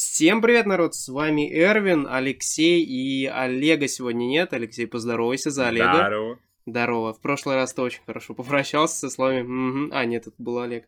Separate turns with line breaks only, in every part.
Всем привет, народ, с вами Эрвин, Алексей и Олега сегодня нет. Алексей, поздоровайся за Олега.
Здорово.
Здорово. В прошлый раз ты очень хорошо попрощался со словами «мгм». А, нет, это был Олег.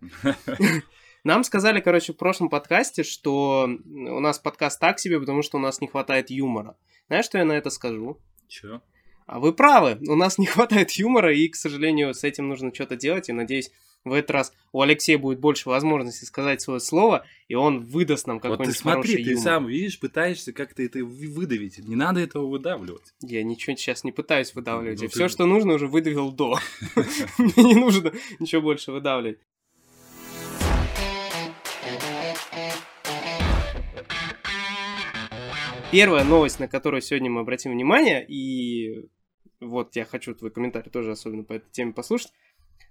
Нам сказали, короче, в прошлом подкасте, что у нас подкаст так себе, потому что у нас не хватает юмора. Знаешь, что я на это скажу?
Чё?
А вы правы, у нас не хватает юмора, и, к сожалению, с этим нужно что-то делать, и надеюсь, в этот раз у Алексея будет больше возможности сказать свое слово, и он выдаст нам
Вот
какой-нибудь
ты смотри,
хороший
ты
юмор.
сам видишь, пытаешься как-то это вы- выдавить. Не надо этого выдавливать.
Я ничего сейчас не пытаюсь выдавливать.
Ну
я
ты-
все, что нужно, уже выдавил до. Мне не нужно ничего больше выдавливать. Первая новость, на которую сегодня мы обратим внимание, и вот я хочу твой комментарий тоже особенно по этой теме послушать.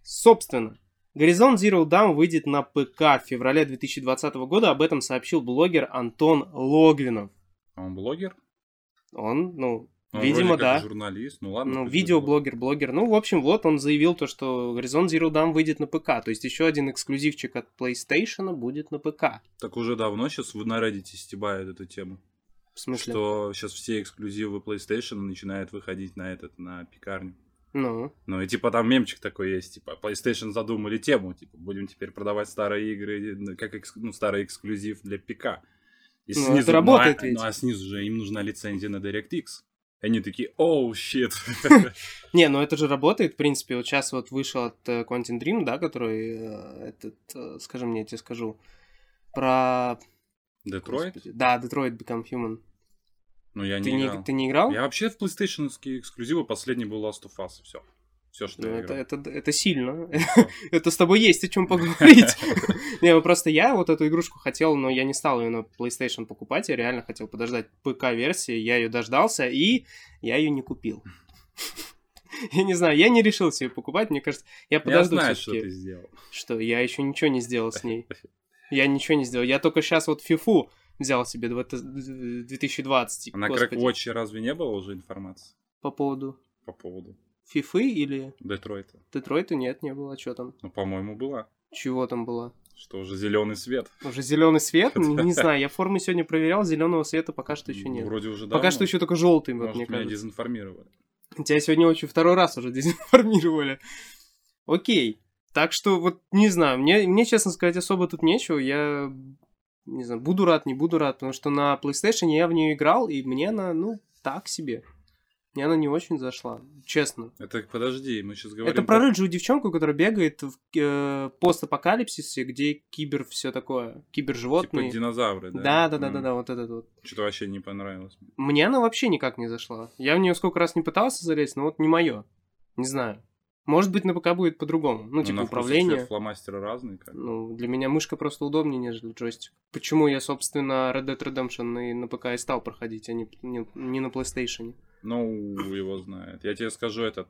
Собственно, Горизонт Zero Dawn выйдет на ПК в феврале 2020 года. Об этом сообщил блогер Антон Логвинов.
А Он блогер?
Он, ну,
Ну, он
видимо,
вроде как
да.
журналист, ну ладно.
Ну,
пусть
видеоблогер, блогер. Ну, в общем, вот он заявил то, что Horizon Zero Dawn выйдет на ПК. То есть еще один эксклюзивчик от PlayStation будет на ПК.
будет. Так уже давно сейчас вы на Reddit стебают эту тему.
В смысле?
Что сейчас все эксклюзивы PlayStation начинают выходить на этот, на пекарню.
Ну,
Ну и типа там мемчик такой есть, типа PlayStation задумали тему, типа будем теперь продавать старые игры, ну, как экск- ну, старый эксклюзив для ПК. И
Ну, это работает
ну, а,
ведь.
ну, а снизу же им нужна лицензия на DirectX. И они такие, оу, щит.
не, ну это же работает, в принципе. Вот сейчас вот вышел от э, Quantum Dream, да, который э, этот, э, скажи мне, я тебе скажу, про...
Детройт?
Господи, Да, Detroit Become Human.
Ну я
Ты
не
не,
играл.
ты не играл?
Я вообще в PlayStation эксклюзивы, последний был Last of Us, все. Все, что
Ну,
я
это,
играл. Ну,
это, это сильно.
Всё.
это с тобой есть о чем поговорить. Не, ну просто я вот эту игрушку хотел, но я не стал ее на PlayStation покупать. Я реально хотел подождать ПК-версии. Я ее дождался, и я ее не купил. Я не знаю, я не решил себе покупать. Мне кажется, я
Я
подожду
знаю, что
всё-таки.
ты сделал.
Что, я еще ничего не сделал с ней. Я ничего не сделал. Я только сейчас вот фифу взял себе дв- 2020. и,
А На
господи,
Крэквотче разве не было уже информации
По поводу
по поводу
фифы или
Детройта?
Детройта нет, не было. Что там?
Ну, по-моему, была.
Чего там было?
Что уже зеленый свет.
Уже зеленый свет? Не не знаю, я формы сегодня проверял, зеленого света пока что еще
Ну,
нет.
Вроде уже
Пока
давно.
что еще только желтый, вот
Может,
мне
меня
кажется.
дезинформировали.
Тебя сегодня очень второй раз уже дезинформировали. Окей. Так что вот не знаю, мне, мне, честно сказать, особо тут нечего. Я не знаю, буду рад, не буду рад, потому что на PlayStation я в нее играл, и мне она, ну, так себе. Мне она не очень зашла, честно.
Это подожди, мы сейчас говорим. типа,
Это про рыжую девчонку, которая бегает в э, постапокалипсисе, где кибер все такое, киберживотные.
Типа динозавры,
Да,
да?
да, да, да, да, вот этот вот.
Что-то вообще не понравилось. мне.
Мне она вообще никак не зашла. Я в нее сколько раз не пытался залезть, но вот не мое. Не знаю. Может быть, на ПК будет по-другому. Ну,
Но
типа
на вкус и
управление.
цвет фломастера разные, как.
Ну, для меня мышка просто удобнее, нежели джойстик. Почему я, собственно, Red Dead Redemption и на ПК и стал проходить, а не, не, не на PlayStation.
Ну, его знает. Я тебе скажу этот.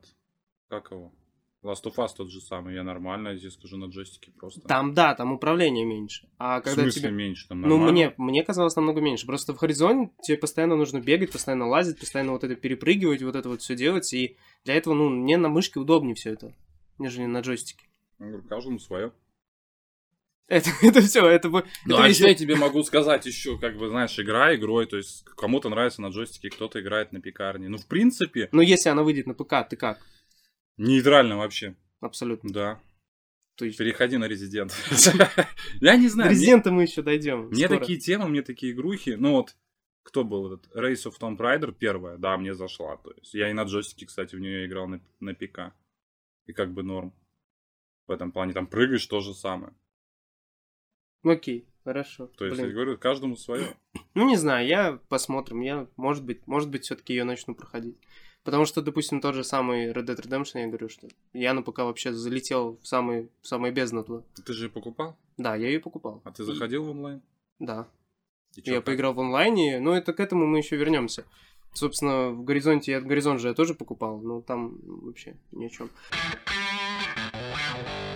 Как его? Last of Us тот же самый. Я нормально, я тебе скажу на джойстике просто.
Там, да, там управление меньше. А
В
когда
смысле
тебе...
меньше там
Ну,
нормально?
мне, мне казалось намного меньше. Просто в Horizon тебе постоянно нужно бегать, постоянно лазить, постоянно вот это перепрыгивать, вот это вот все делать. И для этого, ну, мне на мышке удобнее все это, нежели на джойстике.
Я говорю, каждому свое.
Это, это все, это бы...
Ну,
это
а
весь-
что я тебе могу сказать еще, как бы, знаешь, игра игрой, то есть кому-то нравится на джойстике, кто-то играет на пекарне. Ну, в принципе,
Ну, если она выйдет на ПК, ты как?
нейтрально вообще.
Абсолютно.
Да.
То есть...
Переходи на резидент. Я не
До
знаю. мне-
резидента мы еще дойдем.
Мне такие темы, мне такие игрухи. Ну вот, кто был этот? Race of Tomb Raider первая, да, мне зашла. То есть я и на джойстике, кстати, в нее играл на, на ПК. И как бы норм. В этом плане там прыгаешь то же самое.
Ну, Окей, хорошо.
То есть,
Блин.
я говорю, каждому свое.
Ну, не знаю, я посмотрим. Я, может быть, может быть, все-таки ее начну проходить. Потому что, допустим, тот же самый Red Dead Redemption, я говорю, что я на ПК вообще залетел в самый, в самый бездну туда.
Ты же её покупал?
Да, я ее покупал.
А ты заходил в онлайн?
Да.
И чё
Я
там?
поиграл в онлайне, но это к этому мы еще вернемся. Собственно, в горизонте я горизонт же я тоже покупал, но там вообще ни о чем.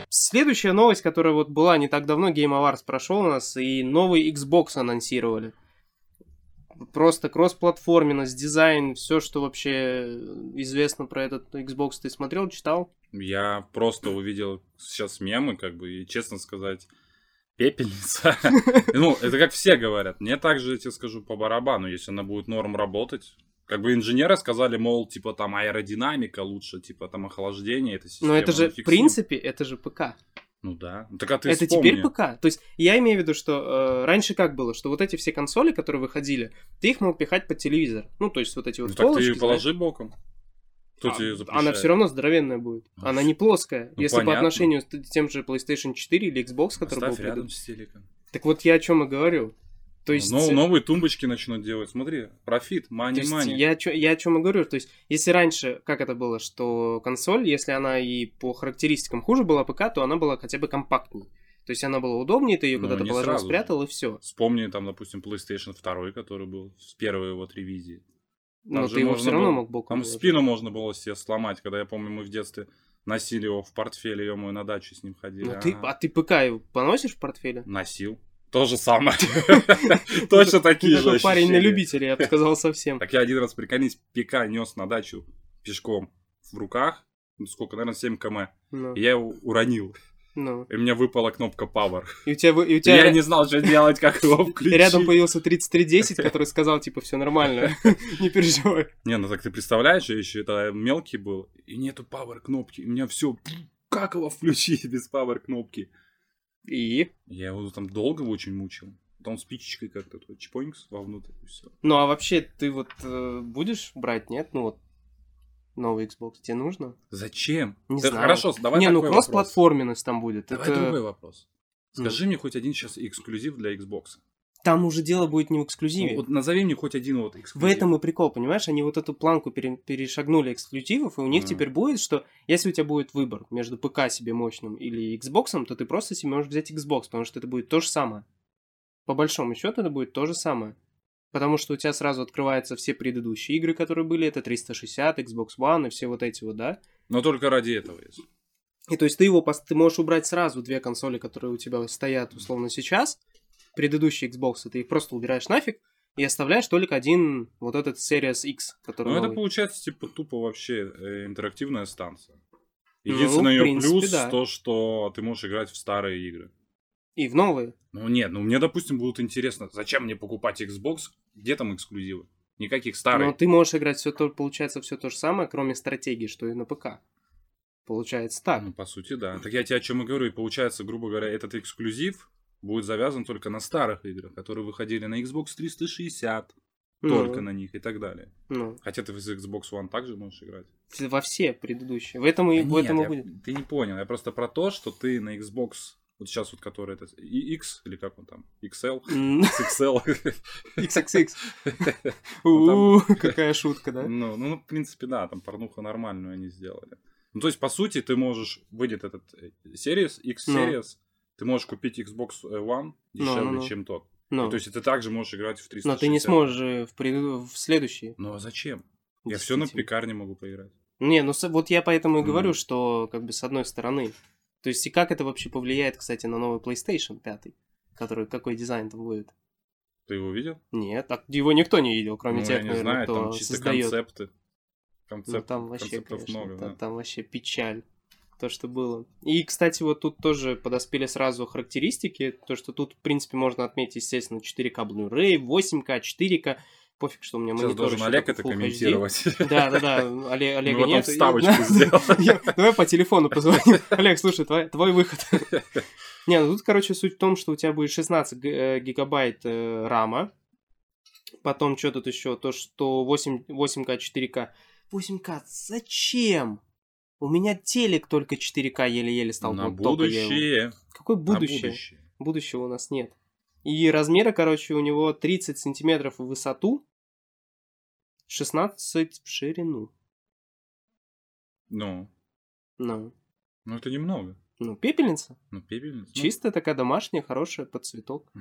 Следующая новость, которая вот была не так давно, Game Awards прошел у нас, и новый Xbox анонсировали. Просто кросс-платформенность, дизайн, все, что вообще известно про этот Xbox, ты смотрел, читал?
Я просто увидел сейчас мемы, как бы, и честно сказать, Пепельница. Ну, это как все говорят. Мне также, я тебе скажу, по барабану, если она будет норм работать. Как бы инженеры сказали, мол, типа там аэродинамика лучше, типа там охлаждение, это система.
Но это же, в
нафиг с ним.
принципе, это же ПК.
Ну да. Ну Так а ты
это
вспомни.
теперь ПК. То есть я имею в виду, что э, раньше как было, что вот эти все консоли, которые выходили, ты их мог пихать под телевизор. Ну, то есть вот эти
Ну
вот
так ты
полочки,
ее
знаешь. А,
положи боком. Кто тебе её запрещает?
Она все равно здоровенная будет.
Ну,
Она
ф-
не плоская.
ну,
если по
понятно.
отношению с т- тем же PlayStation 4 или Xbox, который был
Ставь
придут-
рядом с телеком.
Так вот я о чем и говорю. То есть,
Ну,
э,
новые тумбочки начнут делать. Смотри, профит,
то
мани
есть
мани.
я, о чё- я о чем и говорю. То есть, если раньше, как это было, что консоль, если она и по характеристикам хуже была ПК, то она была хотя бы компактней. То есть она была удобнее, ты ее
Ну,
куда-то
не
положил,
сразу же.
спрятал, и все.
Вспомни там, допустим, PlayStation 2, который был с первой вот ревизии.
Но
Там же
Ну, ты его
можно
все равно
было-
мог боком.
Там
положить.
спину можно было себе сломать, когда я помню, мы в детстве носили его в портфеле, ее мою на дачу с ним ходили.
Ну, ты,
Ага.
а ты ПК его поносишь в портфеле?
Носил. То же самое. Точно такие же
Такой парень на
ощущения.
любителя, я бы сказал совсем.
Так я один раз, приколись, пика нес на дачу пешком в руках. Ну, сколько, наверное, 7 км.
Ну,
И Я его уронил.
ну.
И у меня выпала кнопка Power.
И у тебя, вы- и у
И
тебя
Я не знал, что делать, как его
И
включить.
рядом появился 3310, который сказал, типа, все нормально, не переживай.
Не, ну так ты представляешь, я еще это мелкий был, и нету пауэр кнопки. У меня все, как его включить без пауэр кнопки?
И?
Я его там долго очень мучил. Потом спичечкой как-то вот чпонькс вовнутрь и все.
Ну, а вообще, ты вот э, будешь брать, нет? Ну, вот, новый Xbox тебе нужно?
Зачем?
Не
Да
знаю.
Хорошо, давай
не, ну,
такой вопрос.
кросс-платформенность там будет.
Давай
Это-
другой вопрос. Скажи мне хоть один сейчас эксклюзив для Xbox.
Там уже дело будет не в
Ну,
эксклюзиве.
вот назови мне хоть один вот эксклюзив.
В этом и прикол, понимаешь? Они вот эту планку пере- перешагнули эксклюзивов, и у них
Мгм.
теперь будет, что если у тебя будет выбор между ПК себе мощным или Xbox, то ты просто себе можешь взять Xbox, потому что это будет то же самое. По большому счету это будет то же самое. Потому что у тебя сразу открываются все предыдущие игры, которые были, это 360, Xbox One и все вот эти вот, да?
Но только ради этого есть.
И то есть ты его пос- ты можешь убрать сразу две консоли, которые у тебя стоят условно сейчас, предыдущие Xbox, ты их просто убираешь нафиг и оставляешь только один вот этот Series X, который
Ну, это
новый.
получается, типа, тупо вообще э, интерактивная станция.
Ну,
Единственный ее
в принципе,
плюс
да.
то, что ты можешь играть в старые игры.
И в новые.
Ну нет, ну мне, допустим, будут интересно, зачем мне покупать Xbox, где там эксклюзивы? Никаких
Но
старых.
ты можешь играть все то, получается, все то же самое, кроме стратегии, что и на ПК. Получается так.
Ну, по сути, да. Так я тебе о чем и говорю. И получается, грубо говоря, этот эксклюзив будет завязан только на старых играх, которые выходили на Xbox 360,
Ну,
только на них и так далее.
ну,
Хотя ты из Xbox One также можешь играть.
во все предыдущие. В этом Ну, и
Да
в
нет,
этом и
я-
будет.
Ты не понял. Я просто про то, что ты на Xbox, вот сейчас вот который этот и X, или как он там, XL,
М,
XXL.
XXX.
Ну,
У, Какая шутка, да?
Ну, ну, в принципе, да, там порнуху нормальную они сделали. Ну, то есть, по сути, ты можешь, выйдет этот э, Series, X
Ну.
Series, ты можешь купить Xbox One дешевле,
ну.
чем тот. И
Ну,
то есть, ты также можешь играть в 360.
Но ты не сможешь же в, преду- в следующие.
Ну, а зачем? Я все на
Действительно.
пекарне могу поиграть.
Не, ну с- вот я поэтому и говорю,
Мгм.
что как бы с одной стороны. То есть и как это вообще повлияет, кстати, на новый PlayStation 5, который какой дизайн там будет?
Ты его видел?
Нет, так его никто не видел, кроме
Ну,
тех,
я не
А наверное,
знаю,
кто
там чисто
создает.
концепты.
Ну,
Концепт,
там вообще,
концептов
конечно,
много,
та-
да.
там вообще печаль то, что было. И, кстати, вот тут тоже подоспели сразу характеристики, то, что тут, в принципе, можно отметить, естественно, 4К Blu-ray, 8К, 4К, пофиг, что у меня
Сейчас
монитор
должен
ещё
Олег
такой
это
Full HD.
комментировать.
Да-да-да, Оле- Олега
Мы потом
нет.
Ну, вставочку сделаем.
Давай по телефону позвоним. Олег, слушай, твой, твой выход. Не, ну тут, короче, суть в том, что у тебя будет 16 г- э, гигабайт э, рама. Потом что тут еще? То, что 8, 8К, 4К. 8К, зачем? У меня телек только 4К еле-еле стал.
На
вот только я его-
будущее.
Какое
На
будущее?
будущее.
Будущего у нас нет. И размера, короче, у него 30 сантиметров в высоту, 16 в ширину.
Ну,
Ну,
ну это немного.
ну пепельница.
Ну, пепельница. ну,
Чистая такая домашняя, хорошая, под цветок.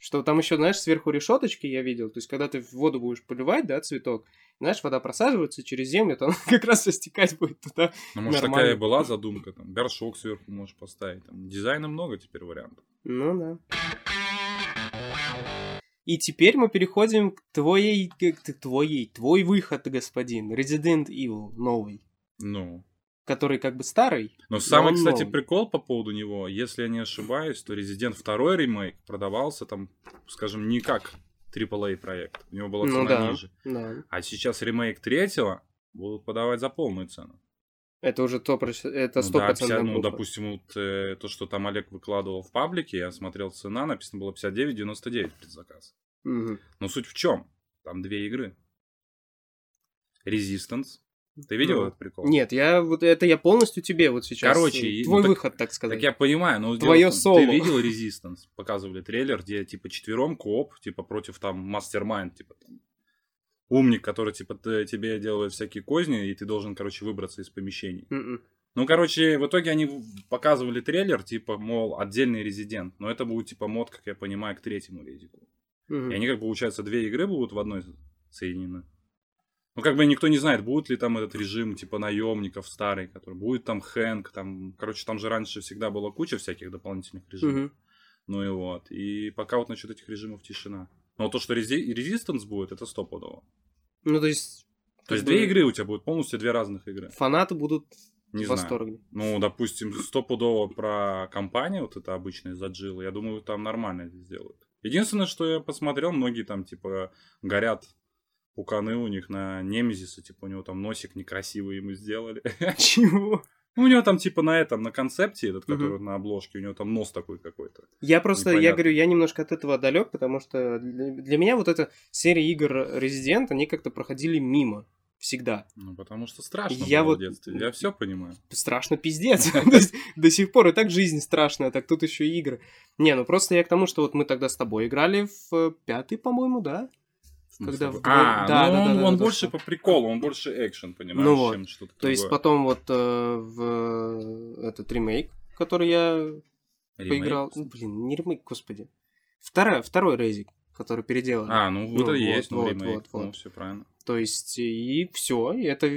Что там еще, знаешь, сверху решеточки я видел. То есть, когда ты в воду будешь поливать, да, цветок, знаешь, вода просаживается через землю, то она как раз все стекать будет туда.
Ну, может,
Нормально.
такая и была задумка, там, горшок сверху можешь поставить. Там, дизайна много теперь вариантов.
Ну да. И теперь мы переходим к твоей, к к твоей, твой выход, господин. Resident Evil новый.
Ну,
который как бы старый.
Но самый,
он
кстати,
новый.
прикол по поводу него, если я не ошибаюсь, то Resident 2 ремейк продавался там, скажем, не как AAA проект. У него была
Ну
цена
да.
ниже.
Да.
А сейчас ремейк третьего будут подавать за полную цену.
Это уже то, это
Ну да,
100%
50, ну,
буфер.
допустим, вот, э, то, что там Олег выкладывал в паблике, я смотрел цена, написано было 59,99 предзаказ.
Мгм.
Но суть в чем? Там две игры. Resistance. Ты видел
Ну,
этот прикол?
Нет, я вот это я полностью тебе вот сейчас.
Короче,
э,
и-
твой
ну так-
выход, так сказать.
Так я понимаю, но
Твоё
дело в том,
соло.
ты видел Resistance? Показывали трейлер, где типа четвером кооп, типа против там мастер-майнд, типа там умник, который типа т- тебе делает всякие козни, и ты должен, короче, выбраться из помещений.
Мгм.
Ну, короче, в итоге они в- показывали трейлер, типа, мол, отдельный резидент. Но это будет, типа, мод, как я понимаю, к третьему резику.
Мгм.
И они, как получается, две игры будут в одной соединены. Ну, как бы никто не знает, будет ли там этот режим, типа, наемников старый, который будет там Хэнк, там, короче, там же раньше всегда была куча всяких дополнительных режимов.
Мгм.
Ну и вот. И пока вот насчет этих режимов тишина. Но то, что рези- резистанс будет, это стопудово.
Ну, то есть...
То есть
как бы,
две игры у тебя будут, полностью две разных игры.
Фанаты будут
Не
в
знаю.
восторге.
Ну, допустим, стопудово про компанию, вот это обычная заджилы, я думаю, там нормально это сделают. Единственное, что я посмотрел, многие там, типа, горят пуканы у них на Немезиса, типа, у него там носик некрасивый ему сделали.
Чего?
Ну, у него там, типа, на этом, на концепте этот,
Мгм.
который на обложке, у него там нос такой какой-то.
Я просто, я
Непонятно.
говорю, я немножко от этого далек, потому что для, для меня вот эта серия игр Resident, они как-то проходили мимо. Всегда.
Ну, потому что страшно
Я
было
вот-
в детстве, я все понимаю.
Страшно пиздец. То есть до сих пор и так жизнь страшная, так тут еще и игры. Не, ну просто я к тому, что вот мы тогда с тобой играли в э, пятый, по-моему, да?
Ну,
Когда
чтобы-
вдвое-
А,
да,
ну,
да,
он,
да, да,
он
да,
больше
да.
по приколу, он больше экшен, понимаешь,
Ну вот.
чем что-то
То есть
другое.
потом вот э, в э, этот ремейк, который я
Ремейк.
поиграл. Ну, блин, не ремейк, господи. Второй, второй резик, который переделан.
А, ну, вот
Ну,
и
вот,
есть, ну,
вот,
ремейк,
вот, вот.
ну, все правильно.
То есть, и все. И это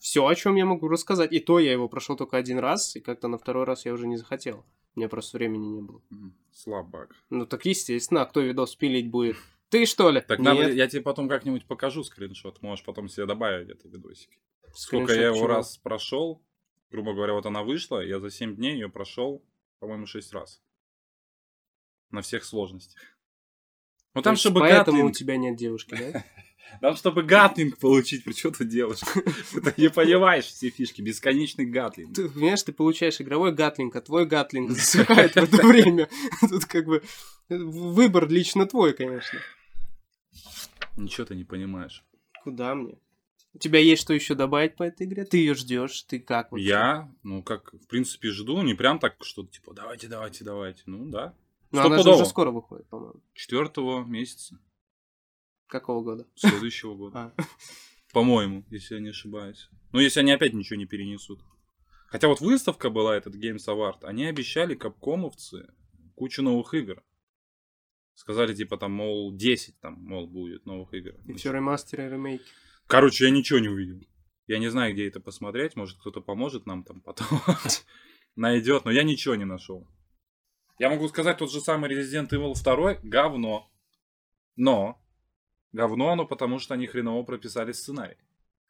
все, о чем я могу рассказать. И то я его прошел только один раз, и как-то на второй раз я уже не захотел. У меня просто времени не было.
М, Слабак.
Ну так естественно, а кто видос пилить будет? Ты что ли?
Так надо, я тебе потом как-нибудь покажу скриншот, можешь потом себе добавить это видосики. Сколько я его раз прошел, грубо говоря, вот она вышла, я за 7 дней ее прошел, по-моему, 6 раз. На всех сложностях. Ну там, чтобы
Поэтому у
гатлинг,
тебя нет девушки, да?
там, чтобы гатлинг получить, при чем тут девушка? Ты не понимаешь все фишки, бесконечный гатлинг.
Ты понимаешь, ты получаешь игровой гатлинг, а твой гатлинг засыхает в это время. Тут как бы э, выбор лично твой, конечно.
Ничего ты не понимаешь.
Куда мне? У тебя есть что еще добавить по этой игре? Ты ее ждешь? Ты как? вообще?
Я, ну как, в принципе, жду, не прям так, что типа, давайте, давайте, давайте. Ну да,
Ну, она же
стопудово.
уже скоро выходит, по-моему.
четвертого месяца.
Какого года?
следующего года. По-моему, если я не ошибаюсь. Ну, если они опять ничего не перенесут. Хотя вот выставка была, этот Games Award, они обещали капкомовцы кучу новых игр. Сказали, типа, там, мол, 10 там, мол, будет новых игр. Ну,
И все ремастеры, ремейки.
Короче, я ничего не увидел. Я не знаю, где это посмотреть. Может, кто-то поможет нам там потом. Найдет, но я ничего не нашел. Я могу сказать, тот же самый Resident Evil 2 говно. Но говно оно, потому что они хреново прописали сценарий.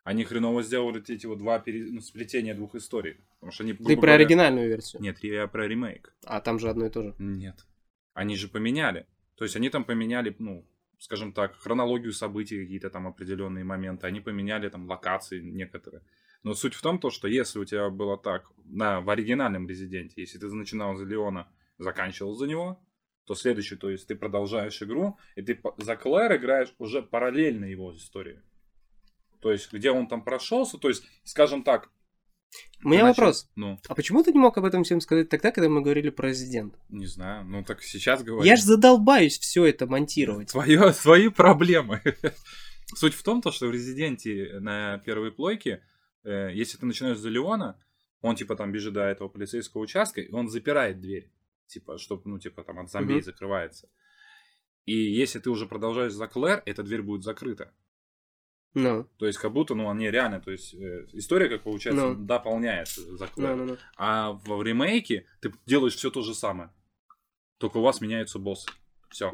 Они хреново сделали вот эти вот два пере- ну, сплетения двух историй. Потому что они,
Ты
грубо
про
говоря-
оригинальную версию.
Нет, я про ремейк.
А там же одно и то же.
Нет. Они же поменяли. То есть они там поменяли, ну, скажем так, хронологию событий, какие-то там определенные моменты. Они поменяли там локации некоторые. Но суть в том, то, что если у тебя было так на, в оригинальном резиденте, если ты начинал за Леона, заканчивал за него, то следующий, то есть ты продолжаешь игру, и ты по- за Клэр играешь уже параллельно его истории. То есть, где он там прошелся, то есть, скажем так...
У меня
ты начал-
вопрос.
Ну,
А почему ты не мог об этом всем сказать тогда, когда мы говорили про резидент?
не знаю, ну так сейчас говорю.
Я же задолбаюсь все это монтировать.
Твоё- свои проблемы. Суть в том, то, что в Резиденте на первой плойке, э, если ты начинаешь за Леона, он типа там бежит до этого полицейского участка, и он запирает дверь. Типа, чтобы, ну, типа там от зомби
Мгм.
закрывается. И если ты уже продолжаешь за Клэр, эта дверь будет закрыта.
Ну,
То есть, как будто, ну, они реально, то есть, э, история, как получается,
Ну.
дополняется за Клэр.
ну, ну, ну.
А в ремейке ты делаешь все то же самое. Только у вас меняются боссы. Все.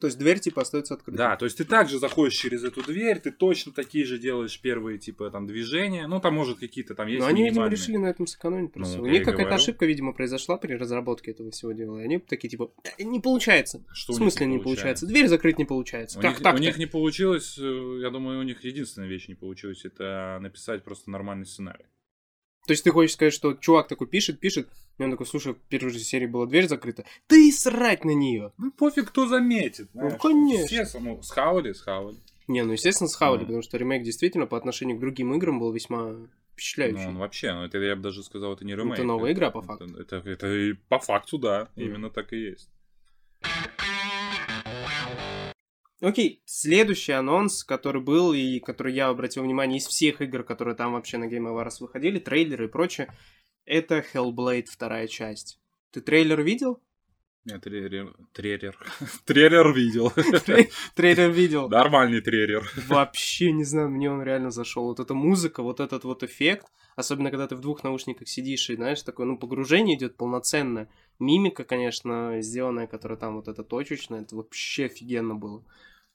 То есть дверь типа остается открытой.
Да, то есть ты также заходишь через эту дверь, ты точно такие же делаешь первые типа там движения. Ну, там, может, какие-то там есть
Но они, видимо,
минимальные.
решили на этом сэкономить просто.
Ну,
У
я и
них какая-то
говорю.
ошибка, видимо, произошла при разработке этого всего дела. И они такие типа, «Да, не получается.
Что у
в
них
смысле не получается? Дверь закрыть не получается.
У,
как
них,
так
у них не получилось, э, я думаю, у них единственная вещь не получилась, это написать просто нормальный сценарий.
То есть ты хочешь сказать, что чувак такой пишет, пишет, и он такой, слушай, в первой же серии была дверь закрыта. Ты и срать на нее.
Ну, пофиг, кто заметит. знаешь.
Ну, конечно.
Все, со- ну, схавали, схавали.
Не, ну естественно, схавали,
Ну.
потому что ремейк действительно по отношению к другим играм был весьма впечатляющий.
Ну, он вообще, ну, это я бы даже сказал, это не
Это
ремейк.
новая игра, по факту.
Это, это, это и по факту, да,
Мгм.
именно так и есть.
Окей, следующий анонс, который был и который я обратил внимание из всех игр, которые там вообще на Game Awards выходили, трейлеры и прочее, это Hellblade вторая часть. Ты трейлер видел?
Нет, тререр. Тререр. Тререр видел.
Трейлер видел.
Нормальный тререр.
Вообще не знаю, мне он реально зашел. Вот эта музыка, вот этот вот эффект, особенно когда ты в двух наушниках сидишь и знаешь, такое, ну, погружение идет полноценное. Мимика, конечно, сделанная, которая там вот эта точечная, это вообще офигенно было.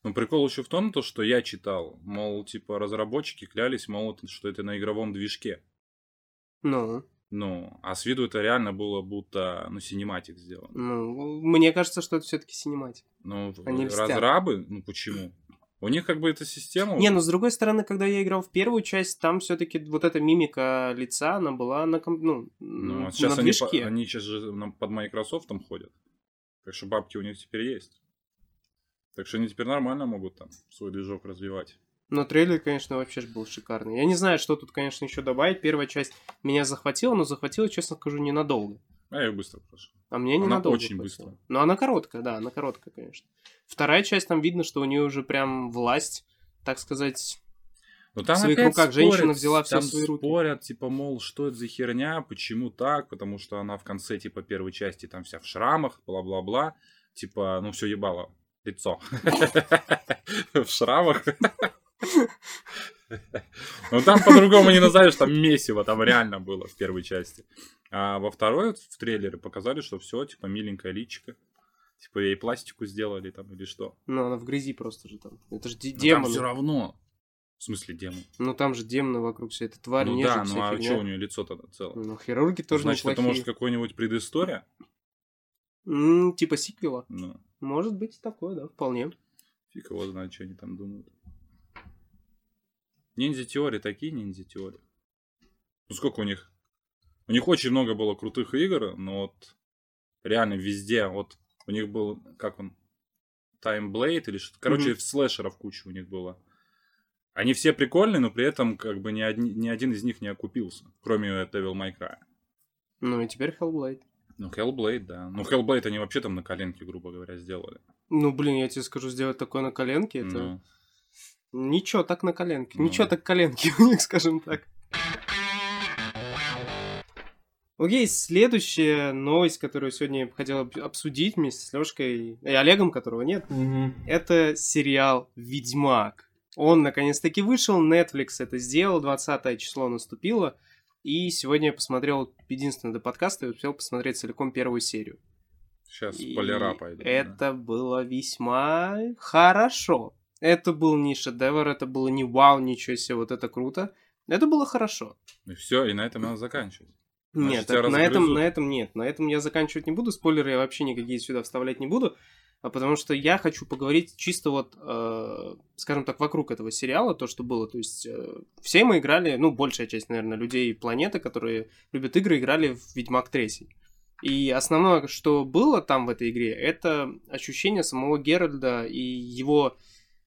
Ну, прикол еще в том, то, что я читал. Мол, типа, разработчики клялись, мол, это- что это на игровом движке.
Ну,
Ну, а с виду это реально было будто, ну, синематик сделано.
ну, мне кажется, что это все-таки синематик.
Ну,
Они льстят.
разрабы, ну, почему? У них как бы эта система...
Не, ну, с другой стороны, когда я играл в первую часть, там все-таки вот эта мимика лица, она была на, ком- ну,
Ну, а
м,
сейчас
на
они,
движке.
по- они сейчас же нам под Майкрософтом ходят. Так что бабки у них теперь есть. Так что они теперь нормально могут там свой движок развивать.
Но трейлер, конечно, вообще ж был шикарный. Я не знаю, что тут, конечно, еще добавить. Первая часть меня захватила, но захватила, честно скажу, ненадолго.
А я их быстро прошу.
А мне
Она
ненадолго.
очень
хватило.
быстро.
Но она короткая, да, она короткая, конечно. Вторая часть, там видно, что у нее уже прям власть, так сказать.
Но там
В своих
опять
руках
спорят,
женщина взяла всё
там
в свои руки.
спорят, типа, мол, что это за херня, почему так, потому что она в конце, типа, первой части там вся в шрамах, бла-бла-бла. Типа, ну все ебало, лицо. В шрамах. Ну там по-другому не назовешь, там месиво, там реально было в первой части. А во второй, вот в трейлере показали, что все, типа, миленькая личика. Типа ей пластику сделали там или что.
Ну, она в грязи просто же там. Это же де-
Но
демоны.
Ну, Там все равно. В смысле демон?
Ну там же демоны вокруг вся эта тварь,
Ну
нежить,
да, ну
вся
а
фигня.
что у нее лицо тогда целое?
Ну, хирурги тоже
Значит, это
неплохие.
может какой-нибудь предыстория?
М, типа сиквела.
Ну,
Может быть и такое, да, вполне.
фиг его знает, что они там думают. Ниндзя-теории такие ниндзя-теории. Ну сколько у них? У них очень много было крутых игр, но вот реально везде, вот у них был, как он, Таймблейд или что-то. Короче,
Мгм.
в слэшеров куча у них было. Они все прикольные, но при этом как бы ни, одни- ни один из них не окупился, кроме э, Devil May Cry.
Ну и теперь Hellblade.
Ну, Hellblade, да. Ну, Hellblade они вообще там на коленке, грубо говоря, сделали.
Ну, блин, я тебе скажу, сделать такое на коленке, это...
Ну,
Ничего так на коленке.
Ну.
Ничего так коленки у них, скажем так. Окей, следующая новость, которую сегодня я бы хотел об- обсудить вместе с Лёшкой и Олегом, которого нет, это сериал «Ведьмак». Он наконец-таки вышел, Netflix это сделал, 20 число наступило, и сегодня я посмотрел единственное до подкаста и успел посмотреть целиком первую серию.
сейчас
И
спойлера пойдут. да.
Это было весьма хорошо. Это был не шедевр, это было не вау, ничего себе, вот это круто. Это было хорошо.
И все, и на этом надо заканчивать. Значит,
нет,
тебя
это- на этом,
разгрызут.
на этом нет. На этом я заканчивать не буду. Спойлеры я вообще никакие сюда вставлять не буду. а Потому что я хочу поговорить чисто вот, э, скажем так, вокруг этого сериала, то, что было. То есть э, все мы играли, ну, большая часть, наверное, людей планеты, которые любят игры, играли в «Ведьмак 3». И основное, что было там в этой игре, это ощущение самого Геральда и его,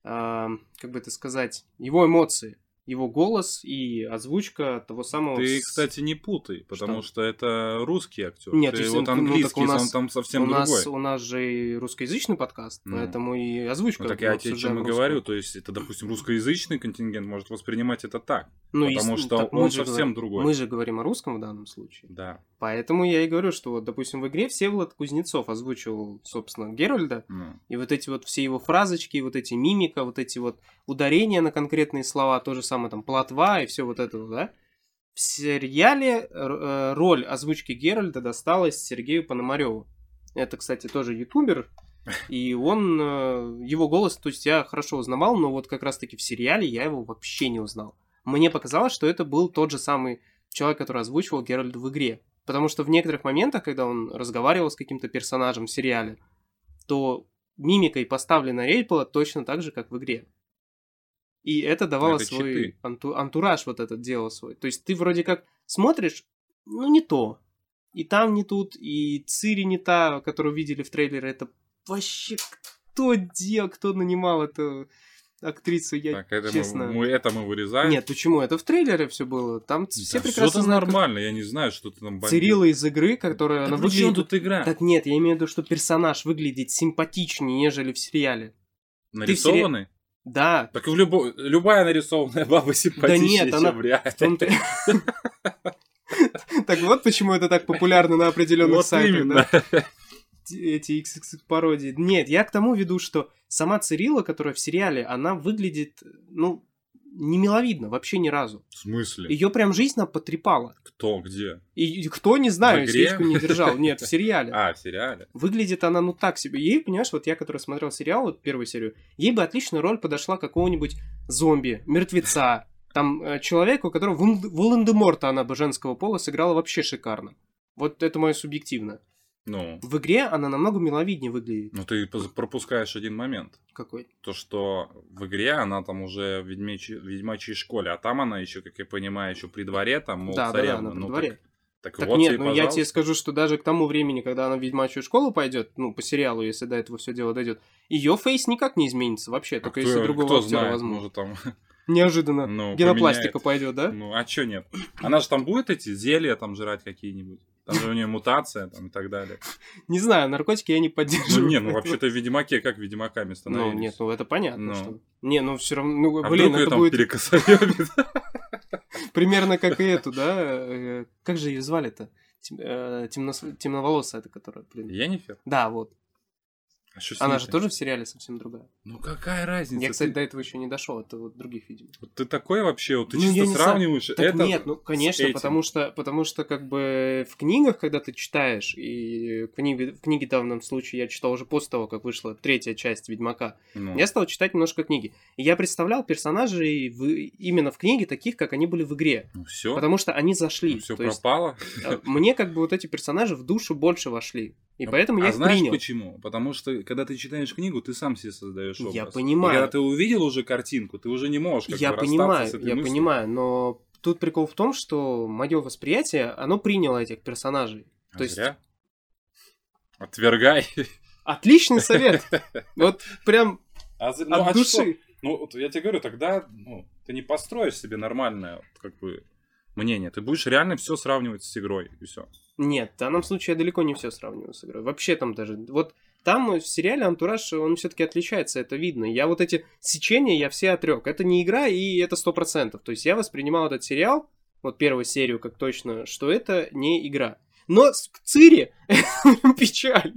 э, как бы это сказать, его эмоции, его голос и озвучка того самого...
Ты,
с-
кстати, не путай, потому что, это русский актер.
Нет,
Ты
если-
вот
ну, так у
английский,
нас-
он там совсем
у
другой.
Нас, у нас же и русскоязычный подкаст,
Ну.
поэтому и озвучка.
Ну, так
мы
я тебе
обсуждаем
чем и
русскую.
говорю, то есть это, допустим, русскоязычный контингент может воспринимать это так,
Ну,
потому
если-
что
так мы
он
же
совсем
говорим-
другой.
Мы же говорим о русском в данном случае.
Да.
Поэтому я и говорю, что, вот, допустим, в игре Всеволод Кузнецов озвучивал, собственно, Геральда,
Ну,
и вот эти вот все его фразочки, вот эти мимика, вот эти вот ударения на конкретные слова, то же самое там плотва и все вот это, да? В сериале э, роль озвучки Геральда досталась Сергею Пономареву. Это, кстати, тоже ютубер, И он, э, его голос, то есть я хорошо узнавал, но вот как раз-таки в сериале я его вообще не узнал. Мне показалось, что это был тот же самый человек, который озвучивал Геральда в игре. Потому что в некоторых моментах, когда он разговаривал с каким-то персонажем в сериале, то мимикой поставлена речь была точно так же, как в игре. И это давало
Это
свой
читы.
анту- антураж вот этот делал свой. То есть ты вроде как смотришь, ну не то. И там не тут, и Цири не та, которую видели в трейлере. Это вообще кто делал, кто нанимал эту актрису, я
Так, это,
честно...
мы, мы- это мы вырезаем.
Нет, почему? Это в трейлере все было. Там все прекрасно
Все
знают, как
нормально, я не знаю, что ты там бомбил.
Цирилла из игры, которая
Да
она
при чём
выглядит...
тут игра?
Так нет, я имею в виду, что персонаж выглядит симпатичнее, нежели в сериале.
Нарисованный?
Да,
Так и в любо- любая нарисованная баба симпатичнее,
нет,
чем
она-
в реале.
в том-то- Так вот почему это так популярно на определенных
Вот
сайтах,
именно.
да? Т- Эти XXX-пародии. Нет, я к тому веду, что сама Цирилла, которая в сериале, она выглядит, ну, не миловидно вообще ни разу.
В смысле?
Ее прям жизнь нам потрепала.
Кто, где?
И и кто, не знаю,
В игре?
свечку не держал. Нет, в сериале.
А, в сериале.
Выглядит она, ну, так себе. Ей, понимаешь, вот я, который смотрел сериал, вот первую серию, ей бы отличную роль подошла какого-нибудь зомби, мертвеца, там, э, человека, у которого Вулан- Волан-де-Морта она бы женского пола сыграла вообще шикарно. Вот это мое субъективно.
Ну,
В игре она намного миловиднее выглядит.
ну ты поз- пропускаешь один момент.
Какой?
То, что в игре она там уже в ведьмичи- ведьмачьей школе, а там она еще, как я понимаю, еще при дворе, там, мол,
Да, да, да,
царевна.
она при
ну,
дворе.
Так, так
Так
вот
нет,
тебе,
ну я тебе
пожалуйста.
скажу, что даже к тому времени, когда она в ведьмачью школу пойдет, ну, по сериалу, если до этого все дело дойдет, ее фейс никак не изменится вообще,
А
только
кто-
если другого
кто
актера
знает,
возможно.
может, там,
Неожиданно.
ну,
Генопластика пойдет,
поменяет.
да?
Ну, а чё нет? Она же там будет эти зелья там жрать какие-нибудь? Там же у нее мутация там и так далее.
Не знаю, наркотики я не поддерживаю.
Ну, не, ну вообще-то в Ведьмаке как Ведьмаками
Ну,
становились?
нет, ну это понятно,
Ну.
что... Не, ну все равно, ну,
а
блин,
вдруг её
это
там
будет
перекосоёбит?
примерно как и эту, да? э, Как же ее звали-то? Тем- э, темнос- Темноволосая эта, которая, блин.
Енифер?
Да, вот.
А что с
Она
ней
же
там?
тоже в сериале совсем другая.
Ну какая разница?
Я, кстати,
ты,
до этого еще не дошел, это вот других видео.
вот ты такой вообще, вот ты
Ну, я
чисто
не знаю.
сравниваешь
Так
это
нет, ну
с
конечно,
этим.
потому что, потому что как бы в книгах, когда ты читаешь, и в книге, в книге в данном случае я читал уже после того, как вышла третья часть Ведьмака,
Ну,
Я стал читать немножко книги. И я представлял персонажей в- именно в книге таких, как они были в игре.
ну все,
Потому что они зашли.
все
То есть,
пропало.
э, мне как бы вот эти персонажи в душу больше вошли. И поэтому
а
я их
знаешь
принял.
почему? Потому что когда ты читаешь книгу, ты сам себе создаешь образ.
Я
И
понимаю.
когда ты увидел уже картинку, ты уже не можешь как
Я
бы расстаться
понимаю,
с этой
я
мыслью.
понимаю, но тут прикол в том, что мое восприятие, оно приняло этих персонажей.
А
То есть-
зря. Отвергай.
Отличный совет! Вот прям
А за- ну, а
от
что?
души.
Ну, вот я тебе говорю, тогда ну, ты не построишь себе нормальное вот, как бы, мнение. Ты будешь реально все сравнивать с игрой, и все.
Нет, в данном случае я далеко не все сравниваю с игрой. Вообще там даже... Вот там в сериале антураж, он все-таки отличается, это видно. Я вот эти сечения, я все отрек. Это не игра, и это сто процентов. То есть я воспринимал этот сериал, вот первую серию как точно, что это не игра. Но с Цири печаль.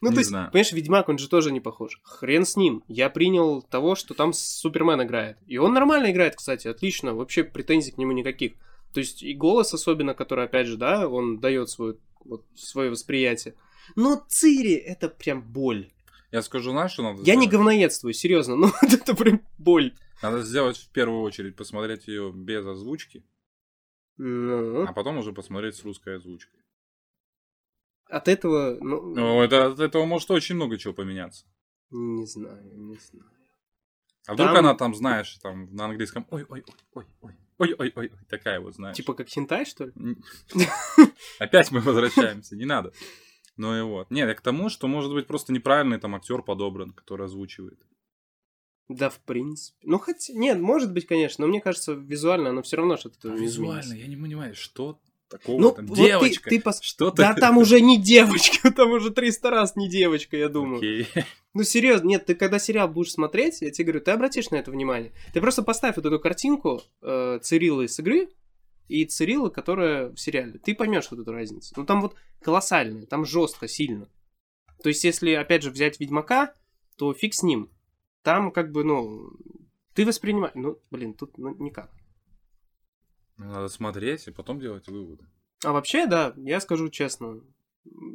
Ну,
Не
то есть,
знаю.
понимаешь, Ведьмак, он же тоже не похож. Хрен с ним. Я принял того, что там Супермен играет. И он нормально играет, кстати, отлично. Вообще претензий к нему никаких. То есть и голос особенно, который, опять же, да, он дает свое, вот, свое восприятие. Но Цири — это прям боль.
Я скажу, знаешь, что надо
Я не
сделать?
говноедствую, серьезно, но вот это прям боль.
Надо сделать в первую очередь, посмотреть ее без озвучки,
Ну,
а потом уже посмотреть с русской озвучкой.
от этого, ну,
А Ну, это, от этого может очень много чего поменяться.
не знаю, не знаю.
А вдруг
Там-
она там, знаешь, там на английском ой-ой-ой-ой-ой, ой-ой-ой, такая вот, знаешь.
Типа как хентай, что ли?
Н- Опять мы возвращаемся, не надо. Ну и вот. Нет, я к тому, что может быть просто неправильный там актер подобран, который озвучивает.
Да, в принципе. Ну, хотя, нет, может быть, конечно, но мне кажется, визуально оно все равно что-то изменится.
А Визуально, я не понимаю, что такого
Ну,
там.
вот ты-
девочка,
ты пос-
что ты?
Да там уже не девочка, там уже 300 раз не девочка, я думаю.
Окей.
Ну, серьезно, нет, ты когда сериал будешь смотреть, я тебе говорю, ты обратишь на это внимание. Ты просто поставь вот эту картинку э, Цирилла из игры и Цирилла, которая в сериале. Ты поймешь вот эту разницу. Ну, там вот колоссальная, там жестко, сильно. То есть, если, опять же, взять Ведьмака, то фиг с ним. Там как бы, ну, ты воспринимаешь... Ну, блин, тут ну, никак.
Ну, Надо смотреть и потом делать выводы.
А вообще, да, я скажу честно,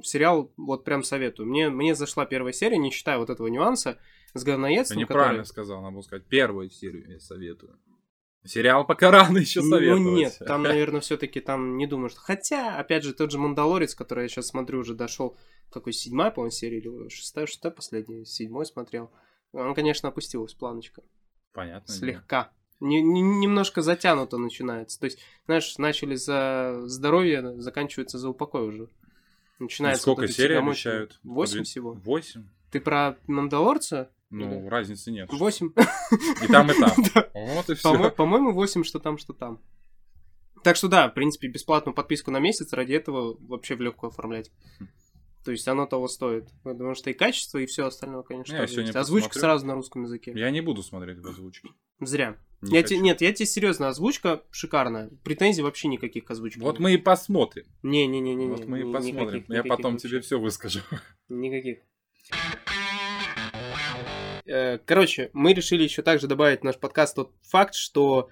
сериал вот прям советую. Мне, мне зашла первая серия, не считая вот этого нюанса с
Я
говноедством,
Ну, неправильно сказал, надо было сказать. Первую серию я советую. Сериал пока рано еще
Ну
советую.
нет, там, наверное, все-таки там не думаю, что... Хотя, опять же, тот же Мандалорец, который я сейчас смотрю, уже дошел какой седьмая, по-моему, серия или шестая, шестая последняя, седьмой смотрел. Он, конечно, опустилась планочка.
Понятно. да.
Слегка. Не- не- немножко затянуто начинается. То есть, знаешь, начали за здоровье, заканчивается за упокой уже.
Ну,
Начинается
Сколько
вот эти
серий
тягомотины.
обещают?
Восемь всего.
Восемь?
Ты про Мандалорца?
Ну, разницы нет.
Восемь?
И там, и там.
Да.
Вот и
По-мо-
все.
По-моему, 8, что там, что там. Так что да, в принципе, бесплатную подписку на месяц ради этого вообще в легкую оформлять.
Хм.
То есть оно того стоит. Потому что и качество, и все остальное, конечно,
Ну, Я
тоже
сегодня
есть. Озвучка
посмотрю.
сразу на русском языке.
Я не буду смотреть в озвучке.
Зря.
Не
я
хочу.
те- нет, я тебе серьезно, озвучка шикарная. Претензий вообще никаких к озвучке.
Вот мы и посмотрим.
Не-не-не-не.
Вот мы и посмотрим. Я потом тебе все выскажу.
Никаких. Э, Короче, мы решили еще также добавить в наш подкаст тот факт, что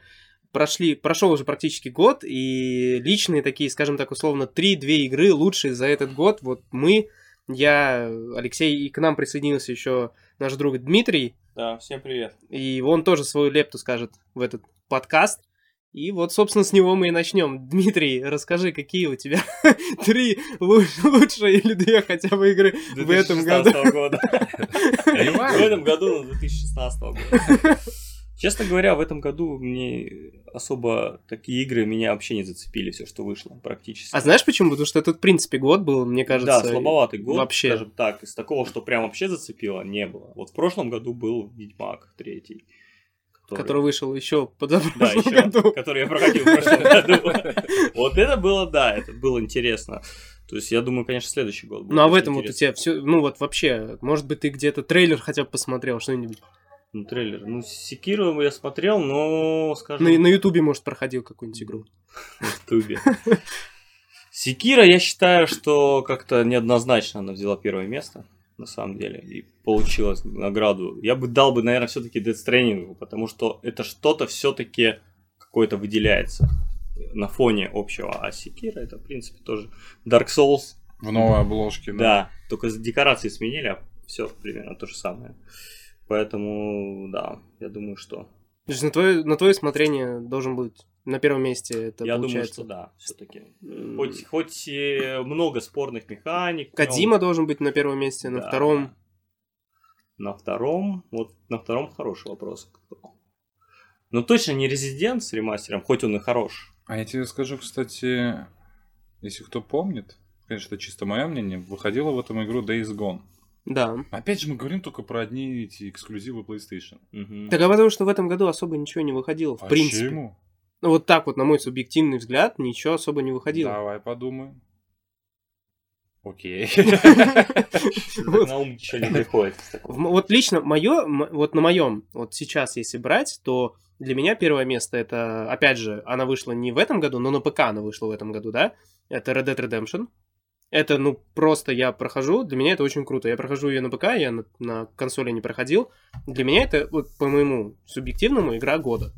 прошли, прошел уже практически год, и личные такие, скажем так, условно, 3-2 игры лучшие за этот год. Вот мы, я, Алексей, и к нам присоединился еще наш друг Дмитрий,
Да, всем привет.
и он тоже свою лепту скажет в этот подкаст. И вот, собственно, с него мы и начнем. Дмитрий, расскажи, какие у тебя три луч- лучшие или две хотя бы игры в этом году.
2016 года. В
Понимаю.
этом году, ну, 2016 года. Честно говоря, в этом году мне особо такие игры меня вообще не зацепили, все, что вышло практически.
А знаешь почему? Потому что этот, в принципе, год был, мне кажется.
да, слабоватый год,
вообще.
скажем так, из такого, что прям вообще зацепило, не было. Вот в прошлом году был Ведьмак третий,
Который вышел еще позапрошлом
Да, еще,
году.
который я проходил в прошлом году. Вот это было, да, это было интересно. То есть, я думаю, конечно, следующий год будет.
Ну а в
очень
этом вот у
интересно.
тебя все, ну вот вообще, может быть, ты где-то трейлер хотя бы посмотрел, что-нибудь.
Ну, трейлер. Ну, Секиру я смотрел, но, скажем,
На на Ютубе, может, проходил какую-нибудь игру.
в Ютубе. Секира, я считаю, что как-то неоднозначно она взяла первое место, на самом деле, и получила награду. Я бы дал бы, наверное, все-таки Death Stranding, потому что это что-то все-таки какое-то выделяется на фоне общего. А Секира это, в принципе, тоже Dark Souls.
В новой обложке.
Да, только с- декорации сменили, а все примерно то же самое. Поэтому, да, я думаю, что
То есть на твое, на твое смотрение должен быть на первом месте это
Я
получается.
думаю, что да, все-таки.
М,
Хоть, хоть и много спорных механик.
Кадзима должен быть на первом месте,
но-
на
Да, да.
втором.
На втором, вот на втором хороший вопрос. Но точно не резидент с ремастером, хоть он и хорош.
А я тебе скажу, кстати, если кто помнит, конечно, это чисто мое мнение, выходила в этом игру Days Gone.
Да.
Опять же, мы говорим только про одни эти эксклюзивы PlayStation. А
Так а потому что в этом году особо ничего не выходило,
А
в принципе.
Почему?
Ну вот так вот, на мой субъективный взгляд, ничего особо не выходило.
Давай подумаем. Окей.
Так
Вот.
На ум ничего не приходит.
В м- вот лично мое, вот на моем, вот сейчас, если брать, то для меня первое место это, опять же, она вышла не в этом году, но на ПК она вышла в этом году, да? Это Red Dead Redemption. Это, ну, просто я прохожу, для меня это очень круто. Я прохожу ее на ПК, я на, на консоли не проходил. Для меня это, вот по моему субъективному, игра года.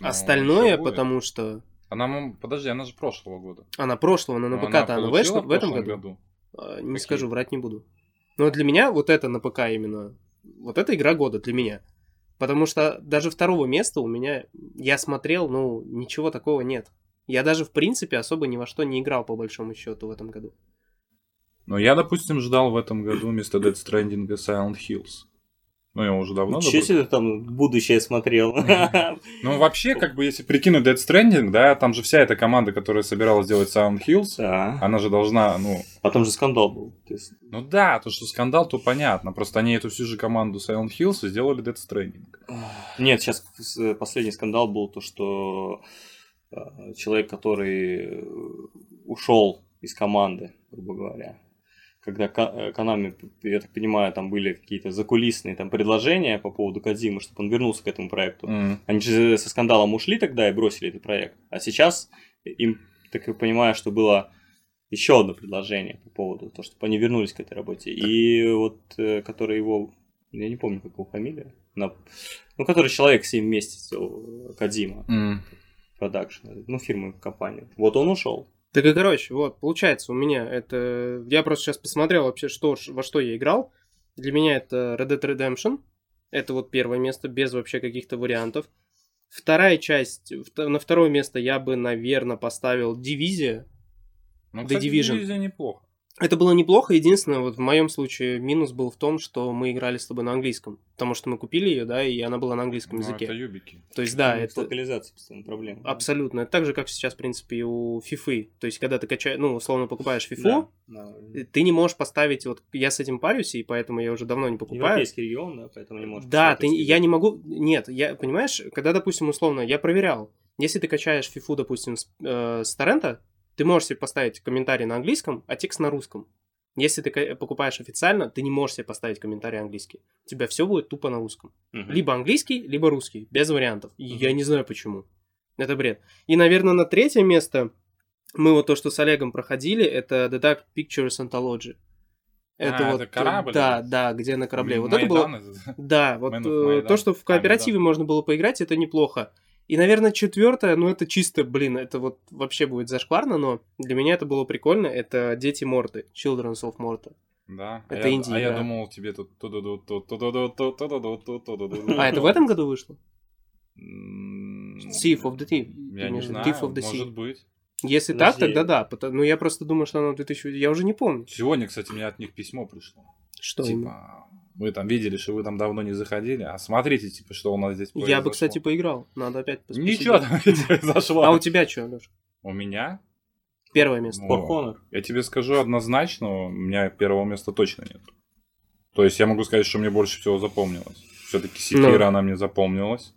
А,
Ну,
Остальное,
всё будет.
потому что
Она, мам, подожди, она же прошлого года.
она прошлого, но на
Но
ПК-то Ну, она
получила
вышла в этом
прошлом
году. Э, Не скажу, врать не буду. Но для меня вот это на ПК именно, вот это игра года для меня. Потому что даже второго места у меня, я смотрел, ну, ничего такого нет. Я даже, в принципе, особо ни во что не играл, по большому счету, в этом году.
Ну, я, допустим, ждал в этом году вместо Dead Stranding Silent Hills. Ну, я уже давно
Ничего
забыл.
себе ты там будущее смотрел.
Ну, вообще, как бы, если прикинуть Dead Stranding, да, там же вся эта команда, которая собиралась делать Silent Hills,
Да.
она же должна, ну...
Потом же скандал был. То есть,
Ну да, то, что скандал, то понятно. Просто они эту всю же команду Silent Hills сделали Dead Stranding.
Нет, сейчас э, последний скандал был то, что э, человек, который э, ушел из команды, грубо говоря, когда Ка- э, Konami, я так понимаю, там были какие-то закулисные там предложения по поводу Кадзимы, чтобы он вернулся к этому проекту.
М.
Они же со скандалом ушли тогда и бросили этот проект. А сейчас им, так я понимаю, что было еще одно предложение по поводу того, чтобы они вернулись к этой работе. И вот, э, который его, я не помню, как его фамилия, на- ну, который человек с ним вместе, Кадима
М.
Продакшн, ну, фирма, компания. Вот он ушел.
Так и, короче, вот, получается, у меня это... Я просто сейчас посмотрел вообще, что, во что я играл. Для меня это Red Dead Redemption. Это вот первое место, без вообще каких-то вариантов. Вторая часть, вт- на второе место я бы, наверное, поставил Дивизия.
Ну,
The
кстати,
Division.
Division неплохо.
Это было неплохо, единственное, вот в моем случае минус был в том, что мы играли с тобой на английском. Потому что мы купили ее, да, и она была на английском
Ну,
языке.
это юбики.
То есть, да,
Ну, С
это
локализацией постоянно проблема.
абсолютно. Так же, как сейчас, в принципе, и у FIFA. То есть, когда ты качаешь, ну, условно, покупаешь FIFA,
Да, да.
ты не можешь поставить, вот я с этим парюсь, и поэтому я уже давно не покупаю.
Европейский регион, да, поэтому не может.
Да, ты, я не могу, нет, я, понимаешь, когда, допустим, условно, я проверял, если ты качаешь фифу, допустим, с, э, с торрента, ты можешь себе поставить комментарий на английском, а текст на русском. Если ты ка- покупаешь официально, ты не можешь себе поставить комментарий английский. У тебя все будет тупо на русском. Либо английский, либо русский, без вариантов. И
Мгм.
Я не знаю почему. Это бред. И, наверное, на третье место мы вот то, что с Олегом проходили, это The Dark Pictures Anthology.
А, это корабль,
Да, да,
да?
где на корабле. Вот это было...
Майдан это-
Да, вот
Man
э,
of Maidan.
то, что в
А, Maidan.
кооперативе можно было поиграть, это неплохо. И, наверное, четвертое, ну это чисто, блин, это вот вообще будет зашкварно, но для меня это было прикольно, это Дети Морты, Children's of Morta.
Да.
Это
а я,
Индия,
А я
да.
думал, тебе тут... А
А это в этом году вышло? Thief
Thief
of the Thief.
Я не
Или
знаю,
Thief of the Sea.
может быть.
Если так,
Подожди.
тогда да, потому, ну я просто думаю, что оно 2000, я уже не помню.
Сегодня, кстати, мне от них письмо пришло.
Что именно.
Типа, мы там видели, что вы там давно не заходили, а смотрите, типа, что у нас здесь произошло.
Я бы, кстати, поиграл, надо опять посмотреть.
Ничего там не произошло.
А у тебя что, Леш?
У меня?
Первое место.
Ну,
For Honor.
Я тебе скажу однозначно, у меня первого места точно нет. То есть я могу сказать, что мне больше всего запомнилось. Все-таки Секира, она мне запомнилась.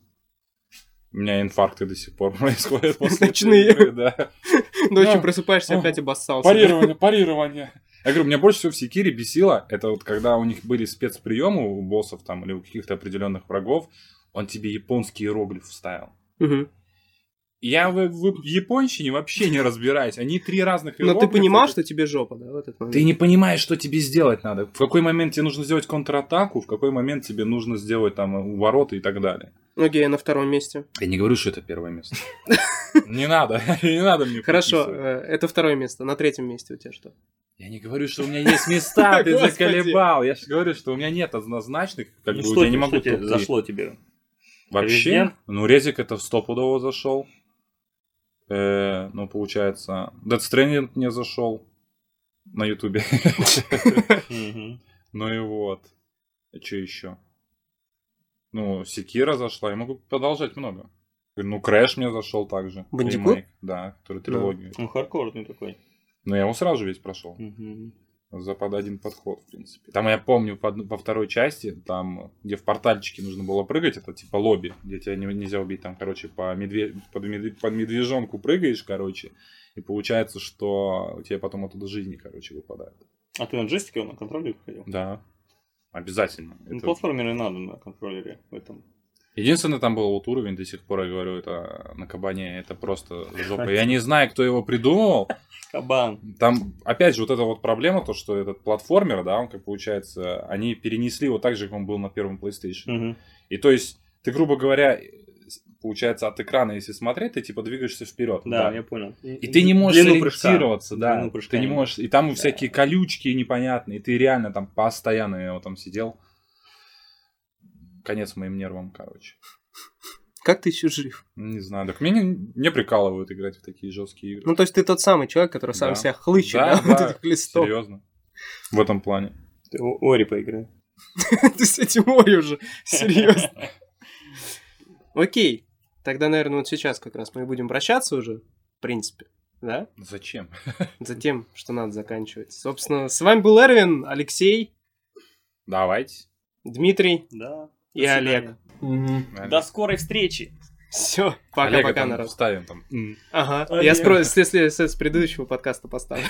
У меня инфаркты до сих пор происходят после этой
Ночные.
игры, да.
Ночью
Ну,
просыпаешься,
ну,
опять обоссался.
Парирование, парирование. Я говорю, меня больше всего в Секире бесило, это вот когда у них были спецприемы у боссов там или у каких-то определенных врагов, он тебе японский иероглиф вставил.
Мгм.
Я в, в японщине вообще не разбираюсь. Они три разных
Но ты
иероглифа.
понимал, что тебе жопа, да, в этот момент?
Ты не понимаешь, что тебе сделать надо. В какой момент тебе нужно сделать контратаку, в какой момент тебе нужно сделать там э, ворота и так далее.
Окей, я на втором месте.
Я не говорю, что это первое место. Не надо, не надо мне
Хорошо,
приписывать.
э, это второе место. На третьем месте у тебя что?
Я не говорю, что у меня есть места, ты
Господи.
заколебал. Я же говорю, что у меня нет однозначных, как
Ну,
бы
что
я не
тебе-
могу
что тебе
топ-три.
зашло тебе.
Вообще,
Резидент?
ну Резик это стопудово зашел. Э, ну, получается, Dead Stranding не зашел на Ютубе.
Мгм.
Ну и вот. А что еще? Ну, Секира зашла. Я могу продолжать много. Ну, Крэш мне зашел также.
Бандикут?
Ремейк, да, который трилогию.
Ну, хардкорный такой.
Но я его сразу же весь прошел.
Мгм.
За под один подход, в принципе. Там я помню по одну- во второй части, там, где в портальчике нужно было прыгать, это типа лобби, где тебя не- нельзя убить, там, короче, по медве... под, медве- под медвежонку прыгаешь, короче, и получается, что у тебя потом оттуда жизни, короче, выпадает.
А ты на джойстике на контроллере ходил?
Да. Обязательно.
Ну,
Это-
платформеры надо на контроллере в этом.
Единственный там был вот уровень, до сих пор я говорю, это э, на кабане, это просто жопа. Я не знаю, кто его придумал.
Кабан.
Там, опять же, вот эта вот проблема, то, что этот платформер, да, он, как получается, они перенесли вот так же, как он был на первом PlayStation.
Мгм.
И то есть, ты, грубо говоря, э, с- получается, от экрана, если смотреть, ты типа двигаешься вперед.
Да, я понял.
И ты не можешь
Длину прыжка.
ориентироваться, да.
Длину прыжка
Ты не
нет.
можешь. И там всякие колючки непонятные. И ты реально там постоянно я вот там сидел. Конец моим нервам, короче.
Как ты еще жив?
Не знаю, так меня не, не прикалывают играть в такие жесткие игры.
Ну, то есть ты тот самый человек, который сам
Да.
себя хлычет,
Да,
да, вот
да,
этих листов.
Серьезно. В этом плане.
Ты о- Ори поиграй.
Ты с этим ой уже, серьезно. Окей, тогда, наверное, вот сейчас как раз мы и будем прощаться уже, в принципе, да?
Зачем?
За тем, что надо заканчивать. Собственно, с вами был Эрвин, Алексей,
Давайте.
Дмитрий
Да.
и Олег.
До скорой встречи.
Все,
Олега
пока-пока,
там
народ.
вставим там.
Ага,
Олег.
я скро- с- с- с с предыдущего подкаста поставлю.